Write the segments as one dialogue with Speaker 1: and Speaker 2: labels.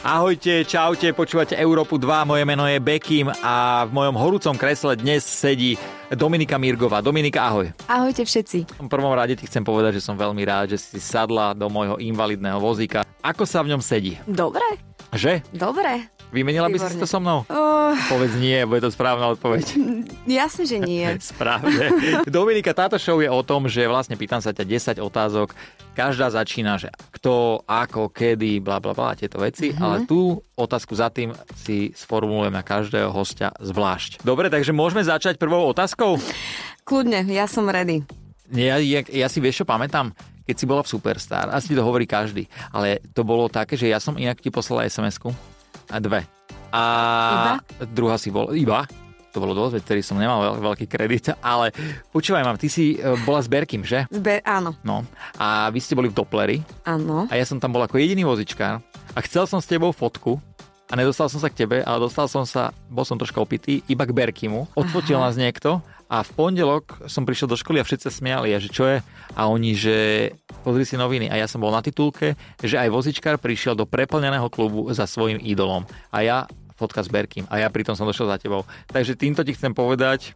Speaker 1: Ahojte, čaute, počúvate Európu 2, moje meno je Bekim a v mojom horúcom kresle dnes sedí Dominika Mirgová. Dominika, ahoj.
Speaker 2: Ahojte všetci.
Speaker 1: V prvom rade ti chcem povedať, že som veľmi rád, že si sadla do môjho invalidného vozíka. Ako sa v ňom sedí?
Speaker 2: Dobre,
Speaker 1: Že?
Speaker 2: dobre.
Speaker 1: Vymenila by si si
Speaker 2: Výborne.
Speaker 1: to so mnou?
Speaker 2: Uh,
Speaker 1: Povedz nie, bude to správna odpoveď.
Speaker 2: jasne, že nie.
Speaker 1: Správne. Dominika, táto show je o tom, že vlastne pýtam sa ťa 10 otázok. Každá začína, že kto, ako, kedy, bla bla bla, tieto veci, mm-hmm. ale tú otázku za tým si sformulujem na každého hostia zvlášť. Dobre, takže môžeme začať prvou otázkou?
Speaker 2: Kľudne, ja som ready.
Speaker 1: Ja, ja, ja si vieš, čo pamätám? Keď si bola v Superstar, asi ti to hovorí každý, ale to bolo také, že ja som inak ti poslala SMS-ku a dve. A druhá si bola, iba, to bolo dosť, veď vtedy som nemal veľ, veľký kredit, ale počúvaj mám, ty si e, bola s Berkim, že?
Speaker 2: Zbe- áno,
Speaker 1: No, a vy ste boli v Dopleri
Speaker 2: áno.
Speaker 1: a ja som tam bol ako jediný vozičkár a chcel som s tebou fotku a nedostal som sa k tebe, ale dostal som sa, bol som troška opitý, iba k Berkimu. Odfotil nás niekto a v pondelok som prišiel do školy a všetci sa smiali, a že čo je? A oni, že pozri si noviny. A ja som bol na titulke, že aj vozičkár prišiel do preplneného klubu za svojim idolom. A ja fotka s Berkim. A ja pritom som došiel za tebou. Takže týmto ti chcem povedať,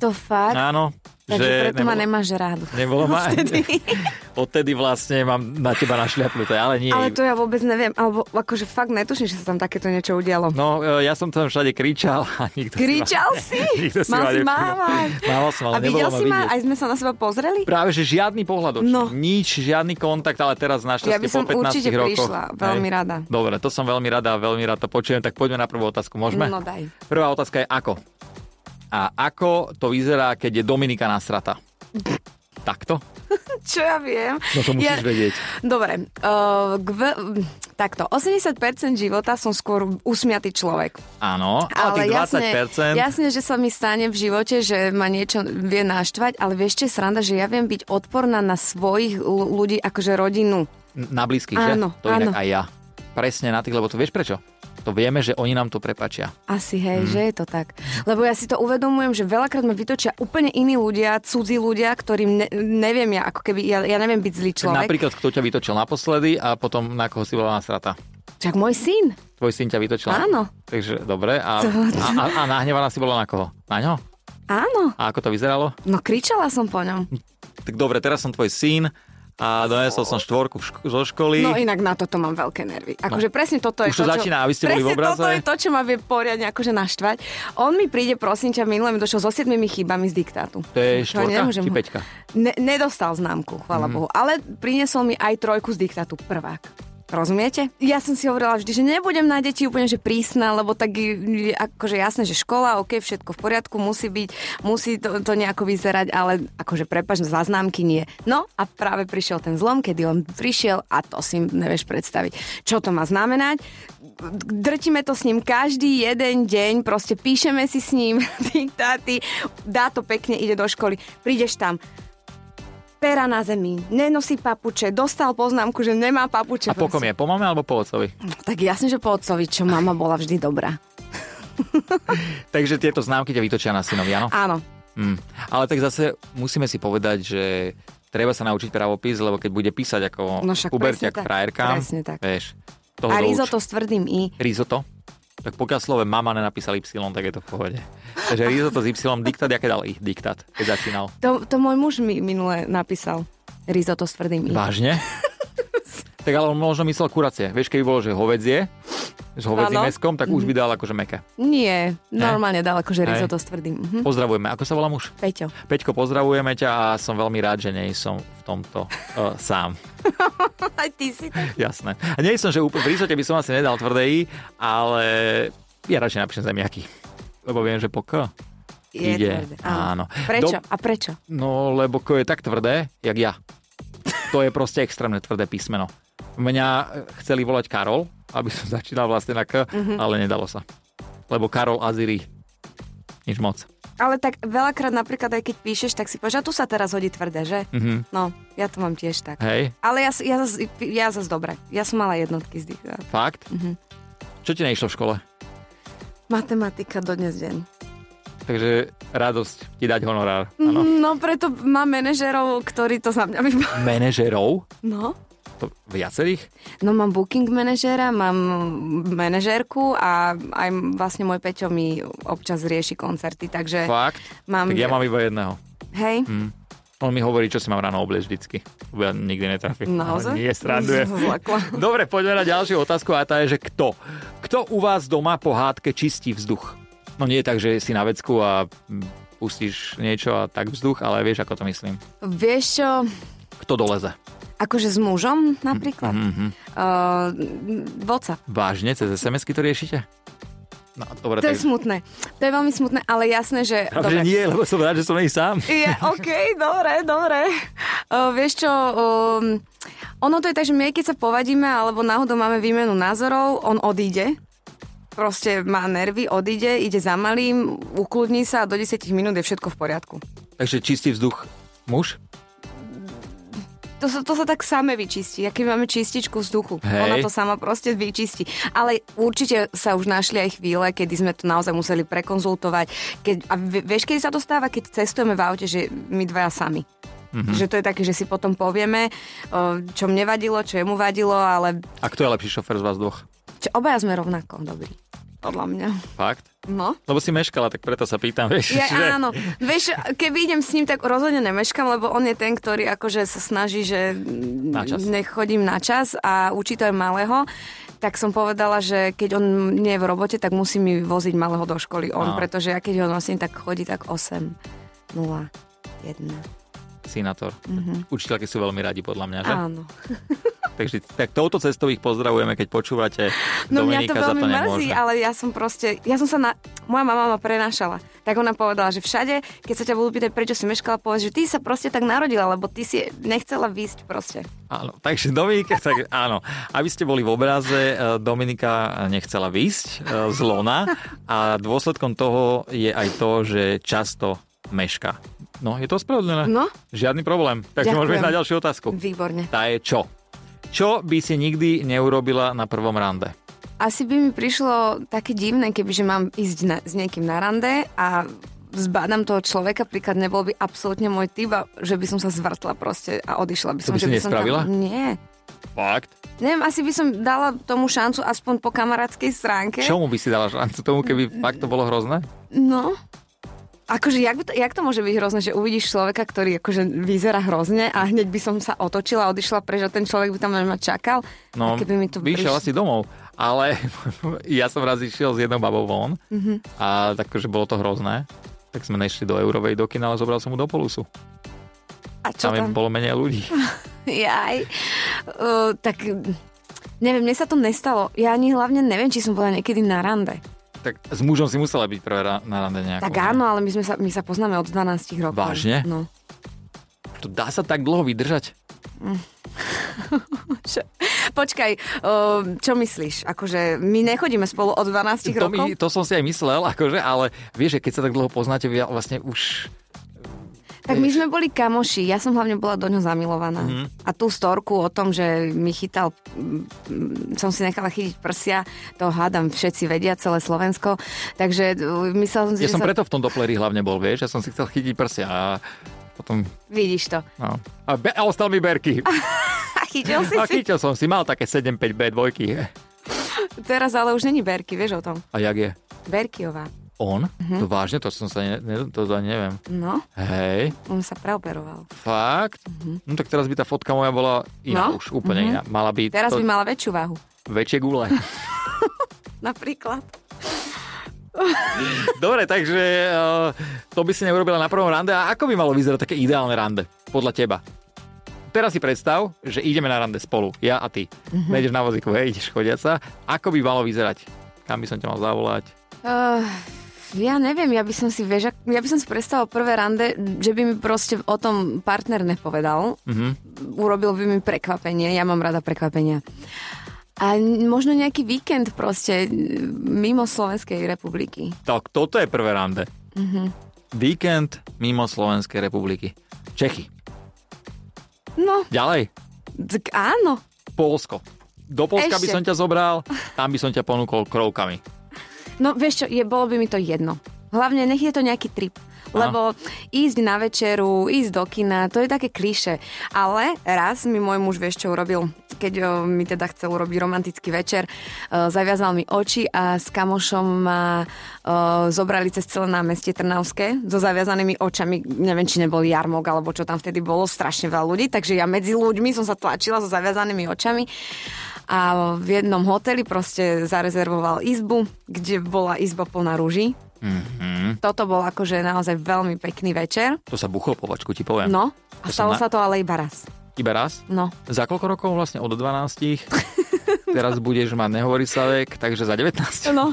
Speaker 2: To fakt.
Speaker 1: áno,
Speaker 2: takže
Speaker 1: že
Speaker 2: preto ma nemáš rád.
Speaker 1: nebolo ma... Odtedy vlastne mám na teba našľapnuté, ale nie.
Speaker 2: Ale to ja vôbec neviem, alebo akože fakt netuším, že sa tam takéto niečo udialo.
Speaker 1: No, e, ja som tam všade kričal a nikto
Speaker 2: Kričal
Speaker 1: si
Speaker 2: si?
Speaker 1: ma... Nikto si
Speaker 2: Mal
Speaker 1: ma
Speaker 2: si
Speaker 1: nevšimol.
Speaker 2: mávať.
Speaker 1: Mával som, ale
Speaker 2: A videl
Speaker 1: nebolo ma
Speaker 2: si ma,
Speaker 1: vidieť.
Speaker 2: aj sme sa na seba pozreli?
Speaker 1: Práve, že žiadny pohľad očí, no.
Speaker 2: No.
Speaker 1: nič, žiadny kontakt, ale teraz našťastie
Speaker 2: Ja by som
Speaker 1: po 15
Speaker 2: určite
Speaker 1: rokoch.
Speaker 2: prišla, veľmi
Speaker 1: Hej.
Speaker 2: rada.
Speaker 1: Dobre, to som veľmi rada a veľmi rád to počujem, tak poďme na prvú otázku, môžeme?
Speaker 2: No daj.
Speaker 1: Prvá otázka je ako. A ako to vyzerá, keď je Dominika nasrata? Takto?
Speaker 2: Čo ja viem?
Speaker 1: No to musíš
Speaker 2: ja...
Speaker 1: vedieť.
Speaker 2: Dobre, uh, gv... takto, 80% života som skôr usmiatý človek.
Speaker 1: Áno, ale,
Speaker 2: Ale
Speaker 1: tých 20%...
Speaker 2: jasne, jasne, že sa mi stane v živote, že ma niečo vie naštvať, ale vieš, čo je sranda, že ja viem byť odporná na svojich l- ľudí, akože rodinu.
Speaker 1: Na blízkych,
Speaker 2: Áno,
Speaker 1: že? To inak
Speaker 2: áno.
Speaker 1: aj ja. Presne na tých, lebo to vieš prečo? To vieme, že oni nám to prepačia.
Speaker 2: Asi,
Speaker 1: Mhm.
Speaker 2: hej, mm. že je to tak. Lebo ja si to uvedomujem, že veľakrát ma vytočia úplne iní ľudia, cudzí ľudia, ktorým ne, neviem ja, ako keby, ja, ja neviem byť zlý človek.
Speaker 1: Napríklad, kto ťa vytočil naposledy a potom na koho si bola nasrata.
Speaker 2: Čak môj syn.
Speaker 1: Tvoj syn ťa vytočil.
Speaker 2: Áno.
Speaker 1: Takže dobre. A,
Speaker 2: To-
Speaker 1: a, a, a nahnevaná si bola na koho? Na ňo?
Speaker 2: Áno.
Speaker 1: A ako to vyzeralo?
Speaker 2: No kričala som po ňom.
Speaker 1: Tak dobre, teraz som tvoj syn a donesol som štvorku v šk- zo školy. No.
Speaker 2: No inak na toto mám veľké nervy. Akože presne toto je
Speaker 1: Už to
Speaker 2: to, čo-
Speaker 1: začína, aby ste boli v
Speaker 2: presne
Speaker 1: obraze.
Speaker 2: toto je to, čo ma vie poriadne akože naštvať. On mi príde, prosím ťa, minule mi došiel so siedmimi chybami z diktátu.
Speaker 1: To je
Speaker 2: Čo,
Speaker 1: štvorka
Speaker 2: nemôžem
Speaker 1: či
Speaker 2: ho-
Speaker 1: peťka?
Speaker 2: Ne, nedostal známku, chvála mm. Bohu. Ale priniesol mi aj trojku z diktátu, prvák. Rozumiete? Ja som si hovorila vždy, že nebudem na deti úplne že prísna, lebo tak je akože jasné, že škola, ok, všetko v poriadku, musí byť, musí to, to nejako vyzerať, ale akože prepač, zaznámky nie. No a práve prišiel ten zlom, kedy on prišiel a to si nevieš predstaviť. Čo to má znamenať? Drtíme to s ním každý jeden deň, proste píšeme si s ním diktáty, dá to pekne, ide do školy, prídeš tam, pera na zemi, nenosí papuče, dostal poznámku, že nemá papuče.
Speaker 1: A po kom je? Po mame alebo po otcovi?
Speaker 2: Tak jasne, že po otcovi, čo mama bola vždy dobrá.
Speaker 1: Takže tieto známky ťa vytočia na synovi, áno?
Speaker 2: Áno,
Speaker 1: Mm. Ale tak zase musíme si povedať, že treba sa naučiť pravopis, lebo keď bude písať ako
Speaker 2: No však
Speaker 1: puberťak
Speaker 2: presne tak,
Speaker 1: frajerkám,
Speaker 2: presne tak.
Speaker 1: vieš, toho
Speaker 2: a
Speaker 1: douč.
Speaker 2: risotto s tvrdým i.
Speaker 1: Risotto? Tak pokiaľ slove mama nenapísal Y, tak je to v pohode. Takže risotto s Y, diktát, aké dal ich diktát, keď začínal?
Speaker 2: To, to môj muž mi minule napísal. Risotto s tvrdým i.
Speaker 1: Vážne? tak ale on možno myslel kuracie. Vieš, keby bolo, že hovedzie, s hovedzím
Speaker 2: Áno.
Speaker 1: meskom, tak už by dal akože meké.
Speaker 2: Nie, normálne dal
Speaker 1: Hej.
Speaker 2: akože risotto s tvrdým. Mhm.
Speaker 1: Pozdravujeme. Ako sa volá muž?
Speaker 2: Peťo.
Speaker 1: Peťko, pozdravujeme ťa a som veľmi rád, že nie som v tomto uh, sám.
Speaker 2: Aj ty si to.
Speaker 1: Jasné. A nie som, že úplne v risote by som asi nedal tvrdé I, ale ja radšej napíšem zemiaky. Lebo viem, že po K
Speaker 2: Je
Speaker 1: ide.
Speaker 2: tvrdé,
Speaker 1: Áno.
Speaker 2: Prečo? A prečo?
Speaker 1: No, lebo K je tak tvrdé, jak ja. To je proste extrémne tvrdé písmeno. Mňa eh, chceli volať Karol, aby som začínal vlastne na K, mm-hmm. ale nedalo sa. Lebo Karol Aziri. Nič moc.
Speaker 2: Ale tak veľakrát napríklad aj keď píšeš, tak si povieš, a tu sa teraz hodí tvrdé, že?
Speaker 1: Mhm.
Speaker 2: No, ja to mám tiež tak.
Speaker 1: Hej,
Speaker 2: Ale ja, s- ja, zas- ja zase dobre. Ja som mala jednotky z eh, diktátu.
Speaker 1: fakt? Mm-hmm. Čo ti neišlo v škole?
Speaker 2: Matematika do dnes deň.
Speaker 1: Takže radosť ti dať
Speaker 2: Mhm.
Speaker 1: honorár. Áno.
Speaker 2: No preto mám manažerov, ktorí to za mňa vybavujú.
Speaker 1: Menežerov?
Speaker 2: No,
Speaker 1: To viacerých?
Speaker 2: No mám booking manažéra, mám manažérku a aj vlastne môj Peťo mi občas rieši koncerty, takže
Speaker 1: Fakt?
Speaker 2: mám...
Speaker 1: Tak ja mám iba jedného.
Speaker 2: Hej?
Speaker 1: Hm. On mi hovorí, čo si mám ráno oblieť vždycky. Lebo Ja nikdy netrafím.
Speaker 2: No, Naozaj?
Speaker 1: Nie, strandujem.
Speaker 2: Zlakla.
Speaker 1: Dobre, poďme na ďalšiu otázku a tá je, že kto? Kto u vás doma po hádke čistí vzduch? No nie tak, že si na vecku a mm, pustíš niečo a tak vzduch, ale vieš, ako to myslím.
Speaker 2: Vieš čo,
Speaker 1: Kto doleze?
Speaker 2: akože s mužom napríklad? Mm-hmm. Uh, voca.
Speaker 1: Vážne? Cez SMS-ky to riešite? No, dobre,
Speaker 2: To je
Speaker 1: tak...
Speaker 2: smutné. To je veľmi smutné, ale jasné, že...
Speaker 1: Dobre. Že nie, lebo som rád, že som nej sám.
Speaker 2: Je, OK, dobre, dobre. Uh, vieš čo, um, ono to je tak, že my aj keď sa povadíme, alebo náhodou máme výmenu názorov, on odíde. Proste má nervy, odíde, ide za malým, ukludní sa a do 10 minút je všetko v poriadku.
Speaker 1: Takže čistý vzduch muž?
Speaker 2: To sa, to sa tak same vyčistí, aké máme čističku vzduchu.
Speaker 1: Hej.
Speaker 2: Ona to sama proste vyčistí. Ale určite sa už našli aj chvíle, kedy sme to naozaj museli prekonzultovať. Keď, a vie- vieš, kedy sa to stáva, keď cestujeme v aute, že my dvaja sami. Mm-hmm. Že to je také, že si potom povieme, o, čo mne vadilo, čo jemu vadilo, ale
Speaker 1: A kto je lepší šofer z vás dvoch?
Speaker 2: čo, obaja sme rovnako dobrí. Podľa mňa.
Speaker 1: Fakt?
Speaker 2: No.
Speaker 1: Lebo si meškala, tak preto sa pýtam, vieš.
Speaker 2: Ja,
Speaker 1: že-
Speaker 2: áno, vieš, keby idem s ním, tak rozhodne nemeškam, lebo on je ten, ktorý akože sa snaží, že
Speaker 1: Na čas.
Speaker 2: nechodím na čas a učí to aj malého. Tak som povedala, že keď on nie je v robote, tak musí mi voziť malého do školy on,
Speaker 1: Áno.
Speaker 2: pretože ja keď ho nosím, tak chodí tak 8, 0, 1.
Speaker 1: Sinátor. Mm-hmm. Učiteľky sú veľmi radi, podľa mňa, že?
Speaker 2: Mhm. Áno.
Speaker 1: Takže tak touto cestou ich pozdravujeme, keď počúvate.
Speaker 2: No
Speaker 1: Dominika
Speaker 2: mňa to
Speaker 1: za
Speaker 2: veľmi
Speaker 1: to
Speaker 2: mrzí,
Speaker 1: nemôže.
Speaker 2: ale ja som proste, ja som sa na, moja mama ma prenášala. Tak ona povedala, že všade, keď sa ťa budú pýtať, prečo si meškala, povedz, že ty sa proste tak narodila, lebo ty si nechcela výsť proste.
Speaker 1: Áno, takže Dominika, tak áno. Aby ste boli v obraze, eh, Dominika nechcela výjsť eh, z lona a dôsledkom toho je aj to, že často meška. No, je to spravodlené.
Speaker 2: No.
Speaker 1: Žiadny problém. Takže
Speaker 2: Ďakujem.
Speaker 1: môžeme ísť na ďalšiu otázku.
Speaker 2: Výborne.
Speaker 1: Tá je čo? Čo by si nikdy neurobila na prvom rande?
Speaker 2: Asi by mi prišlo také divné, kebyže mám ísť na, s niekým na rande a zbádam toho človeka, príklad nebol by absolútne môj typ, a že by som sa zvrtla proste a odišla by som.
Speaker 1: by
Speaker 2: že
Speaker 1: si
Speaker 2: by som
Speaker 1: nespravila?
Speaker 2: Tam, nie.
Speaker 1: Fakt?
Speaker 2: Neviem, asi by som dala tomu šancu aspoň po kamarátskej stránke.
Speaker 1: Čomu by si dala šancu tomu,
Speaker 2: Mm,
Speaker 1: keby fakt to bolo hrozné?
Speaker 2: No. Akože, jak, by to, jak to môže byť hrozné, že uvidíš človeka, ktorý akože vyzerá hrozne a hneď by som sa otočila, odišla preč a ten človek by tam na ma čakal.
Speaker 1: No,
Speaker 2: a keby mi to
Speaker 1: vyšiel
Speaker 2: prišlo.
Speaker 1: asi domov. Ale ja som raz išiel s jednou babou von
Speaker 2: Mhm.
Speaker 1: mm-hmm. a takže bolo to hrozné. Tak sme nešli do Eurovej do kina, ale zobral som mu do Polusu.
Speaker 2: A čo
Speaker 1: tam, je-
Speaker 2: tam?
Speaker 1: bolo menej ľudí.
Speaker 2: Jaj. Uh, tak neviem, mne sa to nestalo. Ja ani hlavne neviem, či som bola niekedy na rande.
Speaker 1: tak s mužom si musela byť prvé ra- na rande nejakú.
Speaker 2: Tak áno, ale my, sme sa, my sa poznáme od 12 rokov.
Speaker 1: Vážne?
Speaker 2: No.
Speaker 1: To dá sa tak dlho vydržať?
Speaker 2: Čo- Počkaj, uh, čo myslíš? Akože my nechodíme spolu od 12
Speaker 1: To,
Speaker 2: rokov?
Speaker 1: mi, to som si aj myslel, akože, ale vieš, že keď sa tak dlho poznáte, vy vlastne už...
Speaker 2: Tak my sme boli kamoši, ja som hlavne bola do ňo zamilovaná.
Speaker 1: Mhm.
Speaker 2: Mm-hmm. A tú storku o tom, že mi chytal, mm, mm, som si nechala chytiť prsia, to hádam, všetci vedia, celé Slovensko. Takže uh, myslela som
Speaker 1: Ja
Speaker 2: si, že
Speaker 1: som
Speaker 2: sa...
Speaker 1: preto v tom dopleri hlavne bol, vieš, ja som si chcel chytiť prsia a potom...
Speaker 2: Vidíš to.
Speaker 1: No. A, be- a ostal mi Berky.
Speaker 2: A chytil si
Speaker 1: A
Speaker 2: si.
Speaker 1: chytil som si, mal také 7-5 B dvojky.
Speaker 2: Teraz ale už není Berky, vieš o tom.
Speaker 1: A jak je?
Speaker 2: Berkiová.
Speaker 1: On?
Speaker 2: Mhm.
Speaker 1: Mm-hmm. To vážne, to som sa ne, ne, to, to neviem.
Speaker 2: No,
Speaker 1: Hej,
Speaker 2: on sa preoperoval.
Speaker 1: fakt? Mm-hmm. No tak teraz by tá fotka moja bola iná
Speaker 2: Mhm.
Speaker 1: no?
Speaker 2: No.
Speaker 1: už, úplne mm-hmm. iná. Mala by
Speaker 2: Teraz
Speaker 1: to
Speaker 2: by mala väčšiu váhu.
Speaker 1: väčšie gule.
Speaker 2: Napríklad.
Speaker 1: Dobre, takže uh, to by si neurobila na prvom rande. A ako by malo vyzerať také ideálne rande, podľa teba? Teraz si predstav, že ideme na rande spolu, ja a ty.
Speaker 2: Mhm.
Speaker 1: Mm-hmm. Nejdeš na vozíku, hej, ideš chodiaca. Ako by malo vyzerať? Kam by som ťa mal zavolať?
Speaker 2: Uh, ja neviem, ja by som si, vieš, ak- ja by som si predstavila prvé rande, že by mi proste o tom partner nepovedal.
Speaker 1: Mhm.
Speaker 2: Urobil by mi prekvapenie, ja mám rada prekvapenia. A n- možno nejaký víkend proste n- mimo Slovenskej republiky.
Speaker 1: Tak toto je prvé rande. Mm-hmm.
Speaker 2: Mhm.
Speaker 1: Víkend mimo Slovenskej republiky. Čechy.
Speaker 2: No,
Speaker 1: Ďalej.
Speaker 2: tak áno.
Speaker 1: Polsko. Do Polska by
Speaker 2: Ešte.
Speaker 1: som ťa zobral, tam by som ťa ponúkol krovkami.
Speaker 2: No vieš čo, je, bolo by mi to jedno. Hlavne nech je to nejaký trip. Lebo ísť na večeru, ísť do kina, to je také kliše. Ale raz mi môj muž vieš čo urobil. keď o, mi teda chcel urobiť romantický večer, o, zaviazal mi oči a s kamošom ma o, zobrali cez celé námestie Trnavské so zaviazanými očami, neviem, či nebol jarmok alebo čo tam vtedy bolo, strašne veľa ľudí, takže ja medzi ľuďmi som sa tlačila so zaviazanými očami a v jednom hoteli proste zarezervoval izbu, kde bola izba plná rúží.
Speaker 1: Mm-hmm.
Speaker 2: Toto bol akože naozaj veľmi pekný večer.
Speaker 1: To sa buchol povačku, ti poviem.
Speaker 2: No, a
Speaker 1: To som
Speaker 2: stalo
Speaker 1: na-
Speaker 2: sa to ale iba raz.
Speaker 1: Iba raz?
Speaker 2: No,
Speaker 1: Za koľko rokov? Vlastne od 12. Teraz budeš mať nehovorí sa vek, takže za 19.
Speaker 2: no.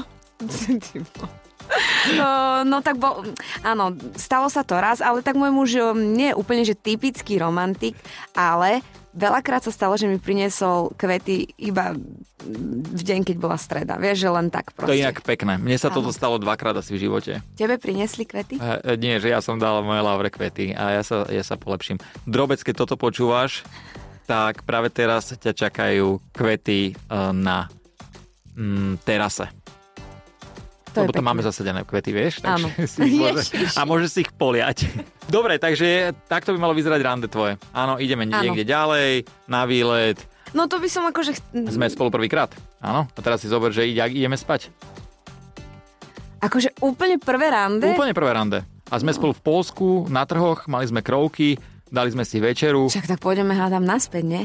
Speaker 2: No, no tak bol, áno, stalo sa to raz, ale tak môj muž um, nie je úplne, že typický romantik, ale veľakrát sa stalo, že mi priniesol kvety iba v deň, keď bola streda. Vieš, že len tak
Speaker 1: To
Speaker 2: proste.
Speaker 1: je inak pekné. Mne sa toto stalo dvakrát asi v živote.
Speaker 2: Tebe priniesli kvety?
Speaker 1: E, e, nie, že ja som dal moje lavre kvety a ja sa, ja sa polepším. Drobec, keď toto počúvaš, tak práve teraz ťa čakajú kvety e, na mm, terase.
Speaker 2: To
Speaker 1: Lebo
Speaker 2: je
Speaker 1: tam
Speaker 2: pekné.
Speaker 1: máme zasadené kvety, vieš?
Speaker 2: Áno.
Speaker 1: si ich môže,
Speaker 2: Ježiši.
Speaker 1: a môžeš si ich poliať. Dobre, takže takto by malo vyzerať rande tvoje. Áno, ideme
Speaker 2: Áno.
Speaker 1: niekde ďalej, na výlet.
Speaker 2: No to by som akože... ch-
Speaker 1: Sme spolu prvýkrát. Áno, a teraz si zober, že ide, ideme spať.
Speaker 2: Akože úplne prvé rande?
Speaker 1: Úplne prvé rande. A sme spolu v Polsku, na trhoch, mali sme krovky, dali sme si večeru.
Speaker 2: Však tak pôjdeme hádam naspäť, nie?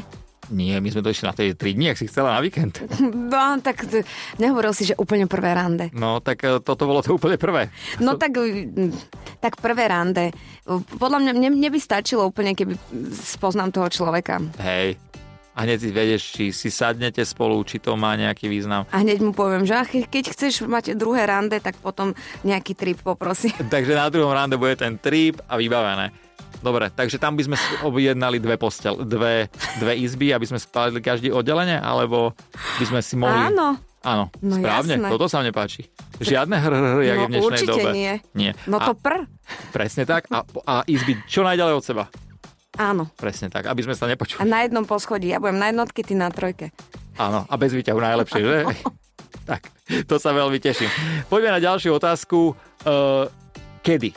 Speaker 1: Nie, my sme to išli na tie 3 dní, ak si chcela na víkend.
Speaker 2: No, tak t- nehovoril si, že úplne prvé rande.
Speaker 1: No, tak e, toto bolo to úplne prvé.
Speaker 2: No tak, mm, tak prvé rande. Podľa mňa mne, mne by stačilo úplne, keby spoznám toho človeka.
Speaker 1: Hej. A hneď si vedeš, či si sadnete spolu, či to má nejaký význam.
Speaker 2: A hneď mu poviem, že ach, keď chceš mať druhé rande, tak potom nejaký trip poprosím.
Speaker 1: Takže na druhom rande bude ten trip a vybavené. Dobre, takže tam by sme si objednali dve postel, dve, dve izby, aby sme spali každý oddelenie, alebo by sme si mohli...
Speaker 2: Áno.
Speaker 1: Áno,
Speaker 2: No
Speaker 1: správne,
Speaker 2: jasné.
Speaker 1: toto sa mne páči. Žiadne hr, hr, hr, jak je
Speaker 2: No
Speaker 1: v dnešnej
Speaker 2: určite
Speaker 1: dobe.
Speaker 2: nie.
Speaker 1: nie.
Speaker 2: No
Speaker 1: a,
Speaker 2: to pr.
Speaker 1: Presne tak. A, a izby čo najďalej od seba.
Speaker 2: Áno.
Speaker 1: Presne tak, aby sme sa
Speaker 2: A
Speaker 1: nepočuli.
Speaker 2: na jednom poschodí. Ja budem na jednotke, ty na trojke.
Speaker 1: Áno, a bez výťahu najlepšie, že?
Speaker 2: No.
Speaker 1: tak, to sa veľmi teším. Poďme na ďalšiu otázku. Eh, kedy?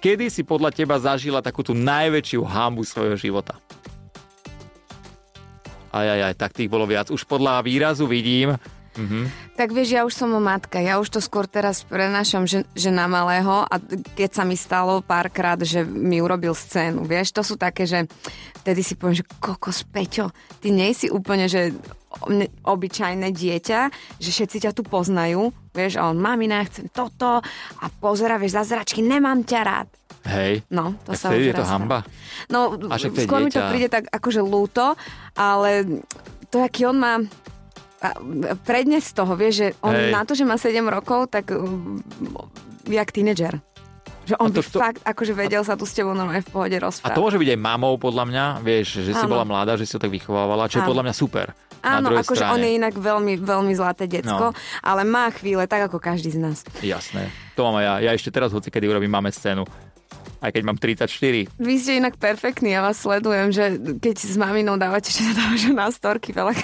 Speaker 1: Kedy si podľa teba zažila takú tú najväčšiu hambu svojho života? Aj, aj, aj, tak tých bolo viac. Už podľa výrazu vidím. Mhm.
Speaker 2: Tak vieš, ja už som matka, ja už to skôr teraz prenášam, že, že na malého a keď sa mi stalo párkrát, že mi urobil scénu, vieš, to sú také, že vtedy si poviem, že kokos, Peťo, ty nie si úplne, že o- ne- obyčajné dieťa, že všetci ťa tu poznajú, vieš, a on, mamina, chcem toto a pozera, vieš, za zračky, nemám ťa rád.
Speaker 1: Hej.
Speaker 2: No, to
Speaker 1: Tak
Speaker 2: sa
Speaker 1: vtedy
Speaker 2: už
Speaker 1: je to
Speaker 2: raz
Speaker 1: hamba.
Speaker 2: No,
Speaker 1: A však to je
Speaker 2: skôr mi to
Speaker 1: dieťa.
Speaker 2: príde tak akože lúto, ale to, aký on má a prednes z toho, vieš, že on
Speaker 1: Hej.
Speaker 2: Hej. na to, že má 7 rokov, tak um, jak tínedžer. Že on
Speaker 1: A
Speaker 2: to, by
Speaker 1: to- to-
Speaker 2: fakt akože vedel sa tu s tebou normálne v pohode
Speaker 1: A to
Speaker 2: rozprávať.
Speaker 1: môže byť aj mamou, podľa mňa, vieš, že si
Speaker 2: Áno.
Speaker 1: bola mladá, že si to tak vychovávala, čo je
Speaker 2: Áno.
Speaker 1: podľa mňa super. na
Speaker 2: Áno,
Speaker 1: druhej
Speaker 2: akože
Speaker 1: strane.
Speaker 2: on je inak veľmi, veľmi zlaté decko,
Speaker 1: No.
Speaker 2: ale má chvíle, tak ako každý z nás.
Speaker 1: Jasné, to mám aj ja. Ja ešte teraz hoci, kedy urobím máme scénu. Aj keď mám 34.
Speaker 2: Vy ste inak perfektní, ja vás sledujem, že keď s maminou dávate, že dávate na storky, veľa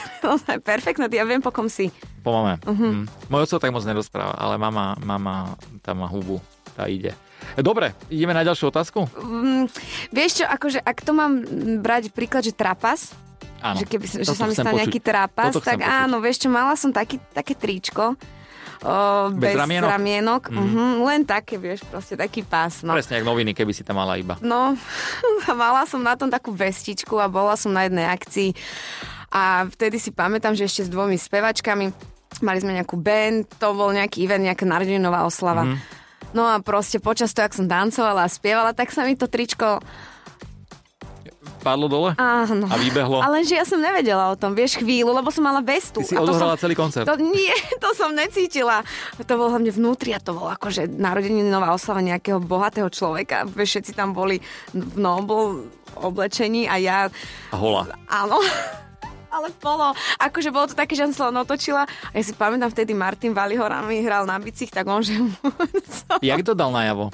Speaker 2: perfektné, ja viem, po kom si.
Speaker 1: Po mame.
Speaker 2: Mhm.
Speaker 1: Uh-huh. Môj otco tak moc nerozpráva, ale mama, mama tam má hubu. Tá ide. E, Dobre, ideme na ďalšiu otázku?
Speaker 2: Mm, vieš čo, akože ak to mám mm, brať príklad, že trapas,
Speaker 1: Áno.
Speaker 2: že, keby, sa-
Speaker 1: Toto
Speaker 2: že sa mi
Speaker 1: chcem
Speaker 2: stal
Speaker 1: počuť.
Speaker 2: nejaký trapas,
Speaker 1: Toto chcem
Speaker 2: tak
Speaker 1: počuť.
Speaker 2: áno, vieš čo, mala som taký, také tričko, o,
Speaker 1: Bez
Speaker 2: bez,
Speaker 1: ramienok?
Speaker 2: ramienok mhm. len také, vieš, proste taký pás, no.
Speaker 1: Presne, jak noviny, keby si tam mala iba.
Speaker 2: No, a mala som na tom takú vestičku a bola som na jednej akcii a vtedy si pamätám, že ešte s dvomi spevačkami mali sme nejakú band, to bol nejaký event, nejaká narodinová oslava.
Speaker 1: Mhm.
Speaker 2: Mm. No a proste počas toho, jak som tancovala a spievala, tak sa mi to tričko
Speaker 1: Padlo dole?
Speaker 2: Áno.
Speaker 1: A vybehlo?
Speaker 2: Ale že ja som nevedela o tom, vieš, chvíľu, lebo som mala vestu.
Speaker 1: Ty si
Speaker 2: a to som,
Speaker 1: odohrala celý koncert.
Speaker 2: to, nie, to som necítila. To bolo hlavne vnútri a to bolo akože narodeninová oslava nejakého bohatého človeka. Vieš, všetci tam boli v nobl oblečení a ja,
Speaker 1: A hola.
Speaker 2: áno, ale polo. Akože bolo to také, že som sa len otočila a ja si pamätám vtedy Martin Valihora mi hral na bicích, tak on že...
Speaker 1: Jak to dal najavo?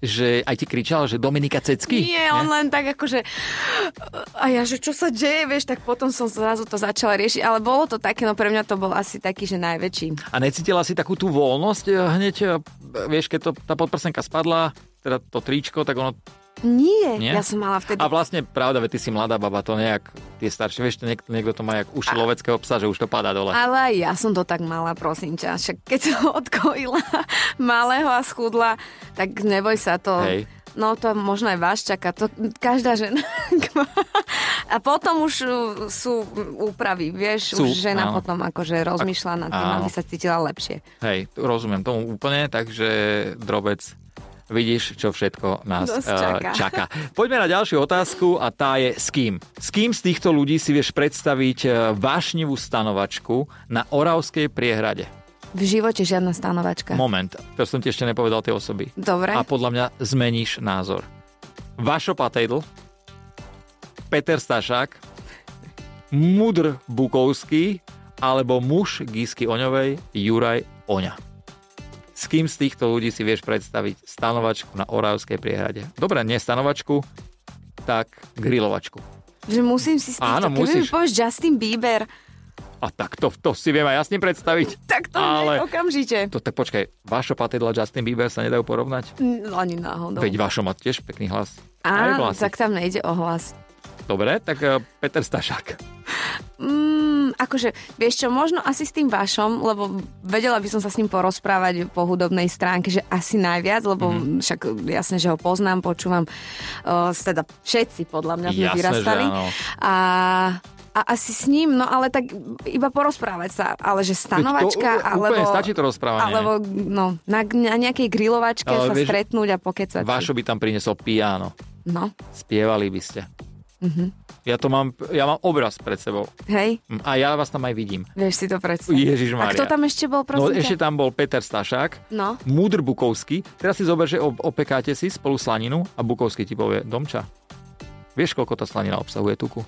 Speaker 1: Že aj ti kričal, že Dominika Cecky?
Speaker 2: Nie, on len tak akože... A ja, že čo sa deje, vieš, tak potom som zrazu to začala riešiť, ale bolo to také, no pre mňa to bol asi taký, že najväčší.
Speaker 1: A necítila si takú tú voľnosť e, hneď, e, vieš, keď to, tá podprsenka spadla, teda to tričko, tak ono
Speaker 2: Nie,
Speaker 1: Nie?
Speaker 2: ja som mala vtedy...
Speaker 1: A vlastne pravda, veď ty si mladá baba, to nejak, tie staršie, vieš, to niekto, niekto to má jak uši loveckého psa, že už to padá dole.
Speaker 2: Ale aj ja som to tak mala, prosím ťa. Však keď som odkojila malého a schudla, tak neboj sa to.
Speaker 1: Hej.
Speaker 2: No to možno aj vás čaká, to každá žena. má. a potom už uh, sú úpravy, vieš,
Speaker 1: Sú,
Speaker 2: už žena
Speaker 1: áno.
Speaker 2: potom akože rozmýšľa nad tým,
Speaker 1: áno.
Speaker 2: aby sa cítila lepšie.
Speaker 1: Hej, tu rozumiem tomu úplne, takže drobec, vidíš, čo všetko nás eh,
Speaker 2: Nás čaká.
Speaker 1: čaká. Poďme na ďalšiu otázku a tá je s kým? S kým z týchto ľudí si vieš predstaviť eh, vášnivú stanovačku na Oravskej priehrade?
Speaker 2: V živote žiadna stanovačka.
Speaker 1: Moment, to som ti ešte nepovedal tej osoby.
Speaker 2: Dobre.
Speaker 1: A podľa mňa zmeníš názor. Vašo Patejdl, Peter Stašák, Mudr Bukovský alebo muž Gísky Oňovej Juraj Oňa. S kým z týchto ľudí si vieš predstaviť stanovačku na Oravskej priehrade? Dobre, nie stanovačku, tak grilovačku.
Speaker 2: Že musím si s týmto,
Speaker 1: Áno,
Speaker 2: keby mi
Speaker 1: musíš.
Speaker 2: povieš Justin Bieber,
Speaker 1: A tak to, to si viem aj jasne predstaviť.
Speaker 2: tak to
Speaker 1: Ale-
Speaker 2: Ale... okamžite.
Speaker 1: To tak počkaj, Vašo Patejdl a Justin Bieber sa nedajú porovnať?
Speaker 2: N- Ani náhodou.
Speaker 1: Veď Vašo má tiež pekný hlas. Aj
Speaker 2: Áno,
Speaker 1: vlasy.
Speaker 2: No. tak tam nejde o hlas.
Speaker 1: Dobre, tak eh, Peter Stašák.
Speaker 2: Mm, akože, vieš čo, možno asi s tým vašom, lebo vedela by som sa s ním porozprávať po hudobnej stránke, že asi najviac, lebo
Speaker 1: Mhm.
Speaker 2: mm-hmm. však jasne, že ho poznám, počúvam, uh, teda všetci podľa mňa sme
Speaker 1: Jasné, že
Speaker 2: vyrastali.
Speaker 1: áno.
Speaker 2: A, a asi s ním, no ale tak iba porozprávať sa, ale že
Speaker 1: Veď to
Speaker 2: stanovačka,
Speaker 1: ú-
Speaker 2: alebo...
Speaker 1: Úplne stačí to rozprávanie.
Speaker 2: Alebo no, na, na nejakej grilovačke
Speaker 1: Ale
Speaker 2: sa
Speaker 1: vieš-
Speaker 2: stretnúť a pokecať. si.
Speaker 1: Vášo by tam priniesol piano.
Speaker 2: No,
Speaker 1: Spievali by ste.
Speaker 2: Mhm.
Speaker 1: Ja to mám, ja mám obraz pred sebou.
Speaker 2: hej,
Speaker 1: Mm, A ja vás tam aj vidím.
Speaker 2: vieš si to predstaviť. A
Speaker 1: Ježišmária.
Speaker 2: kto tam ešte bol,
Speaker 1: No
Speaker 2: prosím ťa?
Speaker 1: ešte tam bol Peter Stašák,
Speaker 2: No.
Speaker 1: Múdr Bukovský. Teraz si zober, že ob- opekáte si spolu slaninu a Bukovský ti povie, Domča, vieš, koľko tá slanina obsahuje tuku?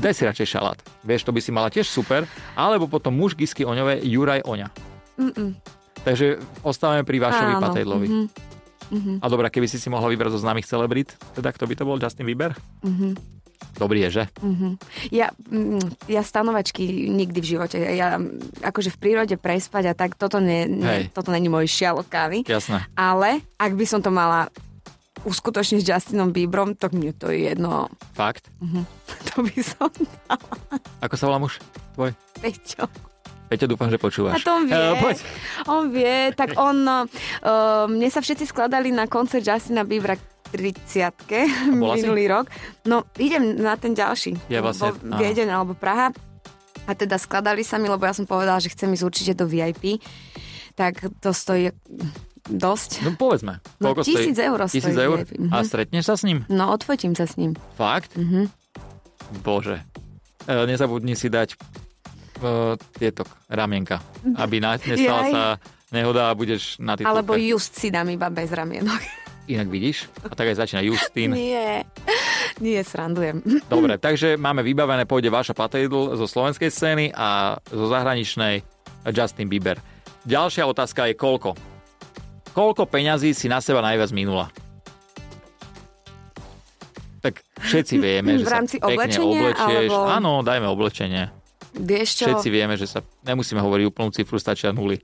Speaker 1: Daj si radšej šalát. Vieš, to by si mala tiež super. Alebo potom muž Gisky Oňové, Juraj Oňa.
Speaker 2: Mm-mm.
Speaker 1: Takže ostávame pri Vášovi
Speaker 2: Áno,
Speaker 1: Patejdlovi.
Speaker 2: mhm.
Speaker 1: A dobrá, keby si si mohla vybrať zo známych celebrit, teda kto by to bol? Justin Bieber?
Speaker 2: Mhm.
Speaker 1: Dobrý je, že?
Speaker 2: Mhm. Ja, mm, ja stanovačky nikdy v živote. Ja mm, akože v prírode prespať a tak, toto, ne, ne,
Speaker 1: Hej.
Speaker 2: toto není môj šial od kávy.
Speaker 1: Jasné.
Speaker 2: Ale ak by som to mala uskutočniť s Justinom Bieberom, tak mne to je jedno.
Speaker 1: Fakt.
Speaker 2: To by som dala.
Speaker 1: Ako sa volá muž? Tvoj?
Speaker 2: Peťo.
Speaker 1: Peťo, dúfam, že
Speaker 2: A
Speaker 1: počúvaš.
Speaker 2: to on vie.
Speaker 1: Eh, poď.
Speaker 2: On vie. Tak on... Uh, mne sa všetci skladali na koncert Justina Biebera k 30
Speaker 1: bola si?
Speaker 2: minulý rok. No, idem na ten ďalší.
Speaker 1: Ja vlastne-
Speaker 2: Bol Viedeň alebo Praha. A teda skladali sa mi, lebo ja som povedala, že chcem ísť určite do VIP. Tak to stojí dosť.
Speaker 1: No povedzme.
Speaker 2: No,
Speaker 1: Koľko stojí?
Speaker 2: tisíc eur stojí.
Speaker 1: Tisíc eur?
Speaker 2: VIP. Mhm.
Speaker 1: A stretneš sa s ním?
Speaker 2: No, odfotím sa s ním.
Speaker 1: Fakt?
Speaker 2: Mhm.
Speaker 1: Bože. E, nezabudni si dať e, tieto ramienka, aby na, nestala
Speaker 2: Jaj.
Speaker 1: sa nehoda a budeš na titulke.
Speaker 2: Alebo just si dám iba bez ramienok.
Speaker 1: Inak vidíš? A tak aj začína Justín.
Speaker 2: Nie. Nie, srandujem.
Speaker 1: Dobre, takže máme vybavené, pôjde vaša patejdl zo slovenskej scény a zo zahraničnej Justin Bieber. Ďalšia otázka je koľko? Koľko peňazí si na seba najviac minula? Tak všetci vieme, že
Speaker 2: V rámci
Speaker 1: sa pekne
Speaker 2: oblečenia,
Speaker 1: oblečieš.
Speaker 2: alebo-
Speaker 1: Áno, dajme oblečenie.
Speaker 2: Vieš čo?
Speaker 1: Všetci vieme, že sa... Nemusíme hovoriť úplnú cifru, stačia nuly.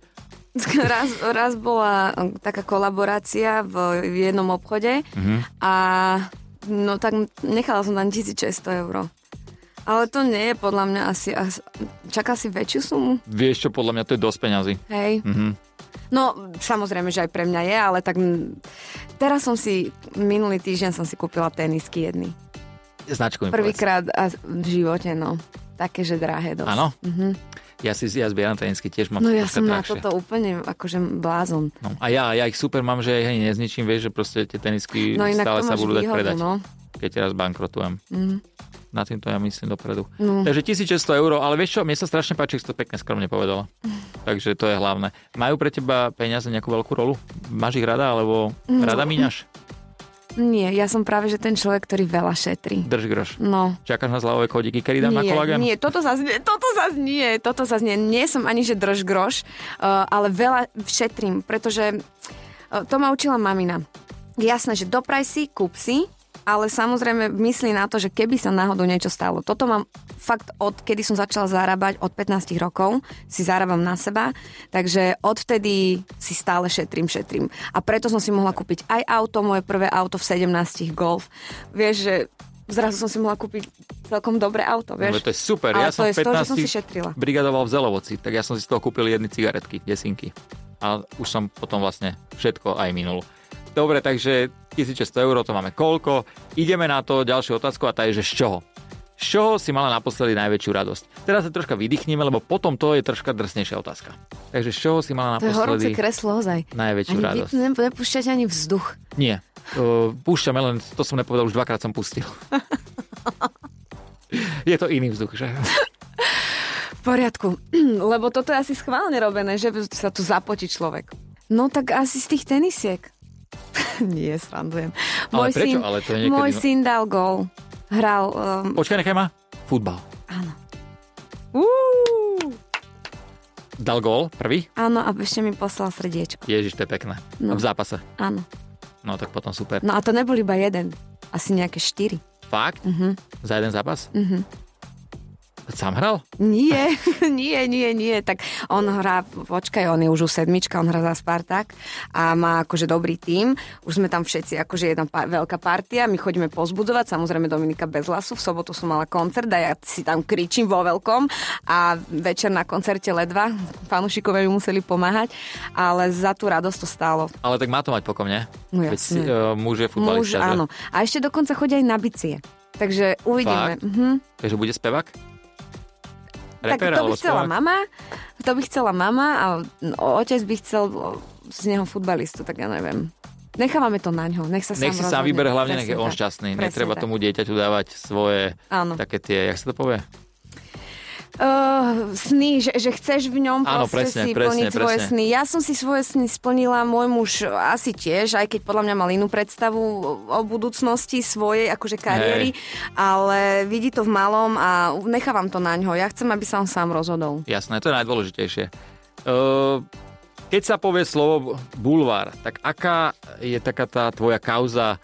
Speaker 2: Raz, raz bola um, taká kolaborácia v, v jednom obchode
Speaker 1: Mhm.
Speaker 2: a no tak nechala som tam 1600 eur. Ale to nie je podľa mňa asi, asi čaká si väčšiu sumu,
Speaker 1: Vieš čo, podľa mňa to je dosť peňazí.
Speaker 2: hej?
Speaker 1: Mhm.
Speaker 2: No, samozrejme, že aj pre mňa je, ale tak mm, teraz som si, minulý týždeň som si kúpila tenisky jedny.
Speaker 1: Značku mi povedz.
Speaker 2: Prvýkrát a- v živote, no. Také, že drahé dosť.
Speaker 1: Áno? Ja si ja zbieram tenisky, tiež mám
Speaker 2: Mhm. No ja
Speaker 1: troška
Speaker 2: som na
Speaker 1: drahšie.
Speaker 2: toto úplne akože blázon.
Speaker 1: No, a ja, ja ich super mám, že ich ani nezničím, vieš, že proste tie tenisky
Speaker 2: No inak
Speaker 1: stále
Speaker 2: to
Speaker 1: sa
Speaker 2: máš
Speaker 1: budú dať
Speaker 2: výhodu,
Speaker 1: predať,
Speaker 2: no.
Speaker 1: keď teraz bankrotujem.
Speaker 2: Mhm.
Speaker 1: Na týmto ja myslím dopredu.
Speaker 2: No.
Speaker 1: Takže 1600 eur, ale vieš čo, mne sa strašne páči, že si to pekne skromne povedala. Takže to je hlavné. Majú pre teba peniaze nejakú veľkú rolu? Máš ich rada, alebo
Speaker 2: No.
Speaker 1: rada míňaš?
Speaker 2: Nie, ja som práve že ten človek, ktorý veľa šetrí.
Speaker 1: Drž groš.
Speaker 2: No.
Speaker 1: Čakáš na zľavové kodiky, kedy dám na
Speaker 2: nie,
Speaker 1: kolagén?
Speaker 2: nie, toto zase nie, toto zas nie, toto zas nie. Nie som ani, že drž groš, uh, ale veľa eh, šetrím, pretože uh, to ma učila mamina. Jasné, že dopraj si, kúp si, ale samozrejme myslí na to, že keby sa náhodou niečo stalo. Toto mám fakt od kedy som začala zarábať, od 15 rokov si zarábam na seba, takže odvtedy si stále šetrím, šetrím. A preto som si mohla kúpiť aj auto, moje prvé auto v 17 Golf. Vieš, že zrazu som si mohla kúpiť celkom dobré auto,
Speaker 1: Vieš,
Speaker 2: vieš.
Speaker 1: No, to je super.
Speaker 2: Ale
Speaker 1: ja som
Speaker 2: to je
Speaker 1: v
Speaker 2: z toho,
Speaker 1: 15
Speaker 2: že som si šetrila.
Speaker 1: brigadoval v Zelovoci, tak ja som si z toho kúpil jedny cigaretky, desinky. A už som potom vlastne všetko aj minul. Dobre, takže 1600 eur, to máme koľko. Ideme na to, ďalšiu otázku a tá je, že z čoho? Z čoho si mala naposledy najväčšiu radosť? Teraz sa troška vydýchnime, lebo potom to je troška drsnejšia otázka. Takže z čoho si mala
Speaker 2: To je horúce
Speaker 1: naposledy
Speaker 2: kreslo ozaj.
Speaker 1: najväčšiu
Speaker 2: Ani
Speaker 1: radosť?
Speaker 2: ne, nepúšťať ani vzduch.
Speaker 1: Nie. Uh, púšťame len, to som nepovedal, už dvakrát som pustil. je to iný vzduch, že?
Speaker 2: V poriadku, lebo toto je asi schválne robené, že sa tu zapotí človek. No tak asi z tých tenisiek. Nie, srandujem.
Speaker 1: Ale
Speaker 2: Môj
Speaker 1: prečo?
Speaker 2: syn,
Speaker 1: Ale to je niekedy-
Speaker 2: Môj syn dal gól. Hral, um,
Speaker 1: Počkaj, nechaj ma. Futbal.
Speaker 2: áno. Uú,
Speaker 1: Dal gól, prvý.
Speaker 2: áno, a ešte mi poslal srdiečko.
Speaker 1: Ježiš, to je pekné.
Speaker 2: No.
Speaker 1: No. V zápase.
Speaker 2: Áno.
Speaker 1: No tak potom super.
Speaker 2: No a to nebol iba jeden. Asi nejaké štyri.
Speaker 1: Fakt?
Speaker 2: Mhm.
Speaker 1: Uh-huh. Za jeden zápas? Uh-huh. Sám hral?
Speaker 2: Nie, nie, nie, nie. Tak on hrá, počkaj, on je už u sedmička, on hrá za Spartak a má akože dobrý tím. Už sme tam všetci, akože jedna pa- veľká partia, my chodíme pozbudovať, samozrejme Dominika bez lasu, v sobotu som mala koncert a ja si tam kričím vo veľkom a večer na koncerte ledva, fanúšikové mi museli pomáhať, ale za tú radosť to stálo.
Speaker 1: Ale tak má to mať pokom, nie?
Speaker 2: No
Speaker 1: Veď si, uh,
Speaker 2: jasne.
Speaker 1: muž je
Speaker 2: Muž,
Speaker 1: futbalista. že?
Speaker 2: áno. A ešte dokonca chodí aj na bicie. Takže uvidíme.
Speaker 1: Fakt?
Speaker 2: Mhm.
Speaker 1: Takže bude spevák?
Speaker 2: Tak
Speaker 1: Reper
Speaker 2: to by
Speaker 1: alebo
Speaker 2: chcela
Speaker 1: spevák?
Speaker 2: mama, to by chcela mama a otec by chcel z neho futbalistu, tak ja neviem. Nechávame to na ňo, nech sa sám
Speaker 1: Nech si sám
Speaker 2: rozhodne.
Speaker 1: vybere hlavne,
Speaker 2: Presne
Speaker 1: nech je on
Speaker 2: tak,
Speaker 1: šťastný.
Speaker 2: presne
Speaker 1: Netreba
Speaker 2: tak.
Speaker 1: tomu dieťaťu dávať svoje
Speaker 2: Áno.
Speaker 1: také tie, jak sa to povie?
Speaker 2: Uh, sny, že, že chceš v ňom
Speaker 1: Áno,
Speaker 2: proste
Speaker 1: presne,
Speaker 2: si
Speaker 1: presne,
Speaker 2: plniť svoje
Speaker 1: presne.
Speaker 2: sny. Ja som si svoje sny splnila, môj muž asi tiež, aj keď podľa mňa mal inú predstavu o budúcnosti svojej, akože kariéry, ale vidí to v malom a nechávam to na ňo. Ja chcem, aby sa on sám rozhodol.
Speaker 1: Jasné, to je najdôležitejšie. Uh, keď sa povie slovo bulvár, tak aká je taká tá tvoja kauza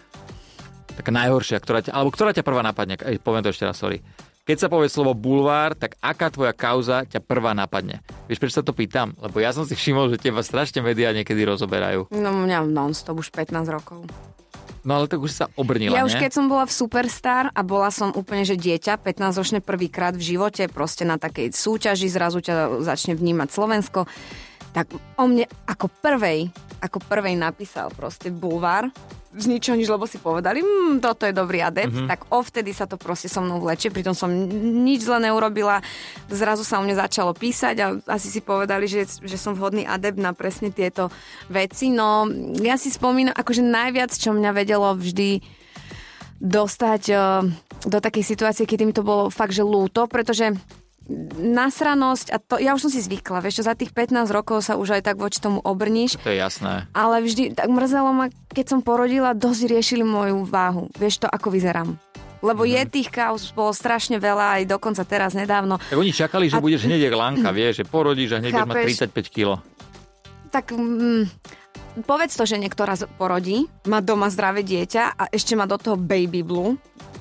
Speaker 1: taká najhoršia, ktorá ťa, alebo ktorá ťa prvá napadne? Ej, poviem to ešte raz, sorry. Keď sa povie slovo bulvár, tak aká tvoja kauza ťa prvá napadne? Vieš, prečo sa to pýtam? Lebo ja som si všimol, že teba strašne médiá niekedy rozoberajú.
Speaker 2: No mňa non-stop už 15 rokov.
Speaker 1: No ale tak už sa obrnila,
Speaker 2: Ja už
Speaker 1: nie?
Speaker 2: keď som bola v Superstar a bola som úplne, že dieťa, 15-ročné prvýkrát v živote, proste na takej súťaži, zrazu ťa začne vnímať Slovensko, tak o mne ako prvej, ako prvej napísal proste bulvár, z ničoho nič, lebo si povedali, mmm, toto je dobrý adept, mm-hmm. tak ovtedy sa to proste so mnou vlečie, pritom som nič zle neurobila, zrazu sa o mne začalo písať a asi si povedali, že, že som vhodný adept na presne tieto veci, no ja si spomínam, akože najviac, čo mňa vedelo vždy dostať eh, do takej situácie, kedy mi to bolo fakt, že lúto, pretože nasranosť, a to, ja už som si zvykla, vieš, čo, za tých 15 rokov sa už aj tak voči tomu obrníš,
Speaker 1: To je jasné.
Speaker 2: ale vždy tak mrzelo ma, keď som porodila, dosť riešili moju váhu, vieš to, ako vyzerám. Lebo je tých kaos bolo strašne veľa, aj dokonca teraz nedávno.
Speaker 1: Tak oni čakali, že
Speaker 2: A-
Speaker 1: budeš hneď jak Lanka, vieš, že porodíš a hneď budeš mať
Speaker 2: Chápeš?
Speaker 1: 35 kg.
Speaker 2: Tak mm, povedz to, že niektorá z- porodí, má doma zdravé dieťa a ešte má do toho baby blue.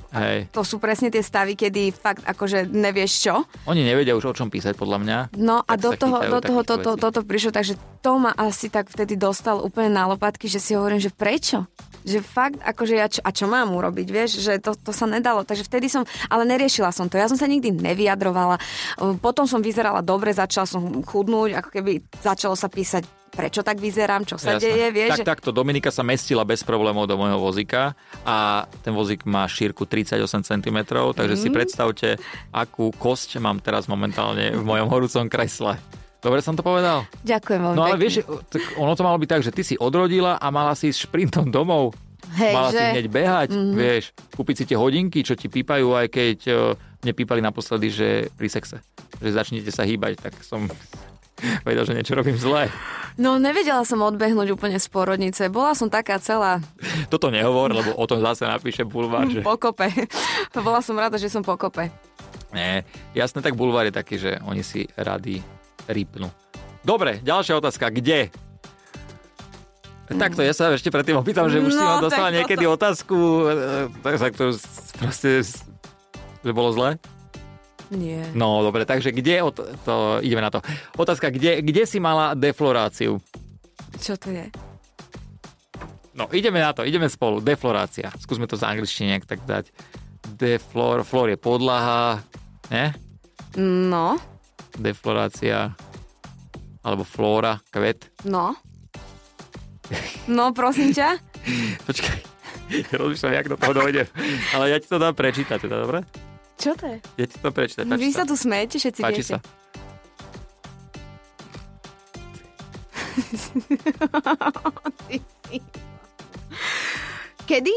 Speaker 1: Hej.
Speaker 2: To sú presne tie stavy, kedy fakt akože nevieš čo.
Speaker 1: Oni nevedia už o čom písať, podľa mňa.
Speaker 2: No a
Speaker 1: Tak
Speaker 2: do
Speaker 1: sa
Speaker 2: toho,
Speaker 1: chytajú
Speaker 2: do toho
Speaker 1: takýchto
Speaker 2: toto,
Speaker 1: vecí.
Speaker 2: toto prišlo, takže to ma asi tak vtedy dostal úplne na lopatky, že si hovorím, že prečo? Že fakt, akože ja, čo, a čo mám urobiť, vieš, že to, to sa nedalo. Takže vtedy som, ale neriešila som to. Ja som sa nikdy nevyjadrovala. Ehm, Potom som vyzerala dobre, začala som chudnúť, ako keby začalo sa písať, prečo tak vyzerám, čo sa
Speaker 1: Jasné.
Speaker 2: deje, vieš.
Speaker 1: Tak,
Speaker 2: že-
Speaker 1: takto, Dominika sa mestila bez problémov do môjho vozíka a ten vozík má šírku 38 cm, takže
Speaker 2: Mhm.
Speaker 1: si predstavte, akú kosť mám teraz momentálne v mojom horúcom kresle. Dobre som to povedal?
Speaker 2: Ďakujem veľmi
Speaker 1: No ale
Speaker 2: pekne.
Speaker 1: vieš, tak ono to malo byť tak, že ty si odrodila a mala si ísť šprintom domov.
Speaker 2: Hej,
Speaker 1: mala si
Speaker 2: že? Mhm.
Speaker 1: hneď behať, vieš, kúpiť si tie hodinky, čo ti pípajú, aj keď e, mne pípali naposledy, že pri sexe, že začnete sa hýbať, tak som vedel, že niečo robím zle.
Speaker 2: No nevedela som odbehnúť úplne z porodnice. Bola som taká celá
Speaker 1: Toto nehovor, lebo o tom zase napíše bulvár, že...
Speaker 2: pokope. Bola som rada, že som pokope.
Speaker 1: Nie, jasné, tak bulvár je taký, že oni si rady rýpnú. Dobre, ďalšia otázka. Kde? Takto, ja sa ešte predtým opýtam, že už si ma
Speaker 2: No,
Speaker 1: dostala
Speaker 2: tak toto.
Speaker 1: niekedy otázku, e, tak, tak to proste, že bolo zle.
Speaker 2: Nie.
Speaker 1: No, dobre, takže kde, od, to ideme na to. Otázka, kde, kde si mala defloráciu?
Speaker 2: Čo to je?
Speaker 1: No, ideme na to, ideme spolu. Deflorácia. Skúsme to za angličtine nejak tak dať. Deflor, flor je podlaha, ne?
Speaker 2: No,
Speaker 1: Deflorácia. Alebo flóra, kvet.
Speaker 2: no. No, prosím ťa.
Speaker 1: Počkaj, rozmýšľam, jak do toho dojde. Ale ja ti to dám prečítať, teda, dobre?
Speaker 2: Čo to je?
Speaker 1: Ja ti to prečítať.
Speaker 2: Vy sa tu smejete, všetci
Speaker 1: Páči sa.
Speaker 2: viete. Kedy?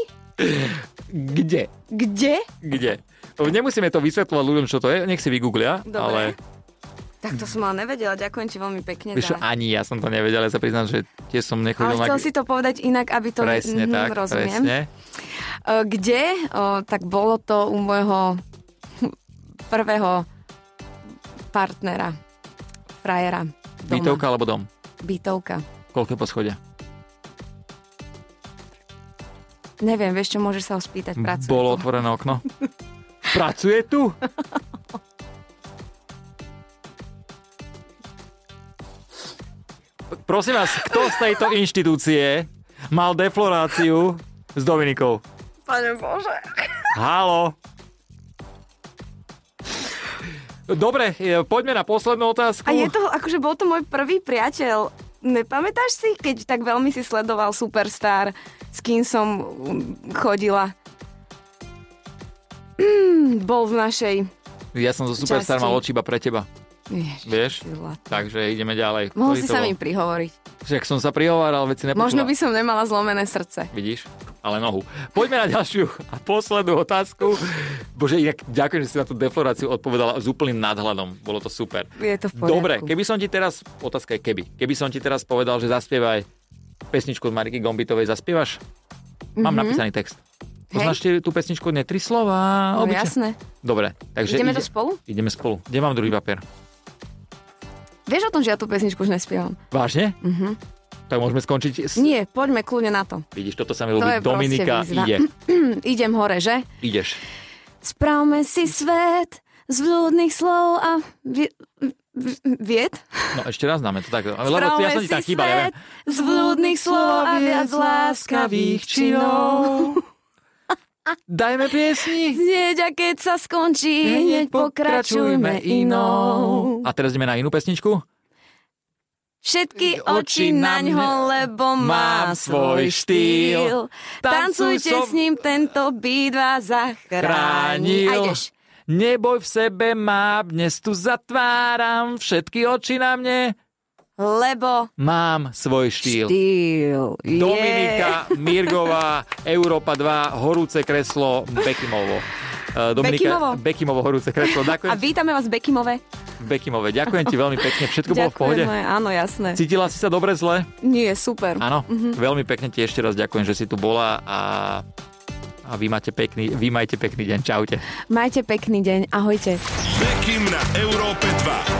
Speaker 1: Kde?
Speaker 2: Kde?
Speaker 1: Kde? Nemusíme to vysvetľovať ľuďom, čo to je, nech si vygooglia, ale
Speaker 2: Dobre. Tak to som ale nevedela, ďakujem ti veľmi pekne.
Speaker 1: vieš, čo,
Speaker 2: za...
Speaker 1: ani ja som to nevedel, ja sa priznám, že tiež som
Speaker 2: Ale
Speaker 1: nechodil
Speaker 2: chcel
Speaker 1: na...
Speaker 2: si to povedať inak, aby to...
Speaker 1: presne
Speaker 2: Mhm,
Speaker 1: tak,
Speaker 2: rozumiem.
Speaker 1: presne.
Speaker 2: E, Kde? O, tak bolo to u môjho prvého partnera, frajera. Doma.
Speaker 1: Bytovka alebo dom?
Speaker 2: Bytovka.
Speaker 1: Koľko je po schode?
Speaker 2: Neviem, vieš čo, môžeš sa ho spýtať, pracuje
Speaker 1: Bolo
Speaker 2: tu.
Speaker 1: otvorené okno? Pracuje tu? P- Prosím vás, kto z tejto inštitúcie mal defloráciu s Dominikou?
Speaker 2: Pane Bože.
Speaker 1: Halo. Dobre, e, poďme na poslednú otázku.
Speaker 2: A je to, akože bol to môj prvý priateľ. Nepamätáš si, keď tak veľmi si sledoval Superstar, s kým som mm, chodila? Mm, bol v našej...
Speaker 1: Ja som zo Superstar
Speaker 2: Časti.
Speaker 1: mal oči iba pre teba,
Speaker 2: Ježiš,
Speaker 1: vieš?
Speaker 2: ty zlatý.
Speaker 1: Takže ideme ďalej.
Speaker 2: Mohol
Speaker 1: Ktorý
Speaker 2: si
Speaker 1: to
Speaker 2: sa
Speaker 1: bol? No.
Speaker 2: mi prihovoriť.
Speaker 1: Však som sa prihováral, veci nepočula.
Speaker 2: Možno by som nemala zlomené srdce.
Speaker 1: Vidíš? Ale nohu. Poďme na ďalšiu a poslednú otázku. Bože, inak ďakujem, že si na tú defloráciu odpovedala s úplným nadhľadom. Bolo to super.
Speaker 2: Je to v poriadku.
Speaker 1: Dobre, keby som ti teraz, otázka je keby, keby som ti teraz povedal, že zaspievaj pesničku od Mariky Gombitovej, zaspievaš? Mám
Speaker 2: Mhm.
Speaker 1: napísaný text. Poznáš tie- tú pesničku? Nie, tri slova.
Speaker 2: No,
Speaker 1: obyčaj-
Speaker 2: jasné.
Speaker 1: Dobre, takže
Speaker 2: Ideme
Speaker 1: ide-
Speaker 2: to spolu?
Speaker 1: ideme spolu. Kde mám druhý papier?
Speaker 2: Vieš o tom, že ja tú pesničku už nespievam?
Speaker 1: Vážne? Mm-hmm. Tak môžeme skončiť. S...
Speaker 2: Mhm. Nie, poďme kľudne na to.
Speaker 1: Vidíš, toto sa mi
Speaker 2: To
Speaker 1: ľúbi.
Speaker 2: je proste
Speaker 1: Dominika
Speaker 2: výzva.
Speaker 1: ide.
Speaker 2: Idem hore, že?
Speaker 1: Ideš.
Speaker 2: Spravme si svet z vľúdnych slov a vi- v- vied.
Speaker 1: No ešte raz dáme to tak. Lebo
Speaker 2: Spravme
Speaker 1: ja som ti
Speaker 2: si
Speaker 1: tak chýba, ja viem.
Speaker 2: svet z vľúdnych slov a viac láskavých činov.
Speaker 1: Dajme piesni.
Speaker 2: Znieďa, keď sa skončí, hneď pokračujme inou.
Speaker 1: A teraz ideme na inú pesničku.
Speaker 2: Všetky oči na ňo, lebo mám svoj štýl. Tancujte s ním, tento beat vás zachrání. A
Speaker 1: Chránil.
Speaker 2: ideš.
Speaker 1: Neboj v sebe mám, dnes tu zatváram všetky oči na mne.
Speaker 2: Lebo
Speaker 1: Mám svoj štýl.
Speaker 2: štýl. je.
Speaker 1: Dominika Mirgová, Európa 2, horúce kreslo, Bekimovo. Eh,
Speaker 2: Bekimovo?
Speaker 1: Dominika, Bekimovo, horúce kreslo.
Speaker 2: A
Speaker 1: Ďakujem,
Speaker 2: vítame vás Bekimove.
Speaker 1: Bekimove, ďakujem ti veľmi pekne, všetko bolo v pohode.
Speaker 2: Ďakujeme, áno, jasné.
Speaker 1: Cítila si sa dobre, zle?
Speaker 2: Nie, super.
Speaker 1: Áno, mm-hmm. veľmi pekne ti ešte raz ďakujem, že si tu bola a, a vy, máte pekný, vy majte pekný deň. Čaute.
Speaker 2: Majte pekný deň, ahojte.
Speaker 3: Bekim na Európe 2.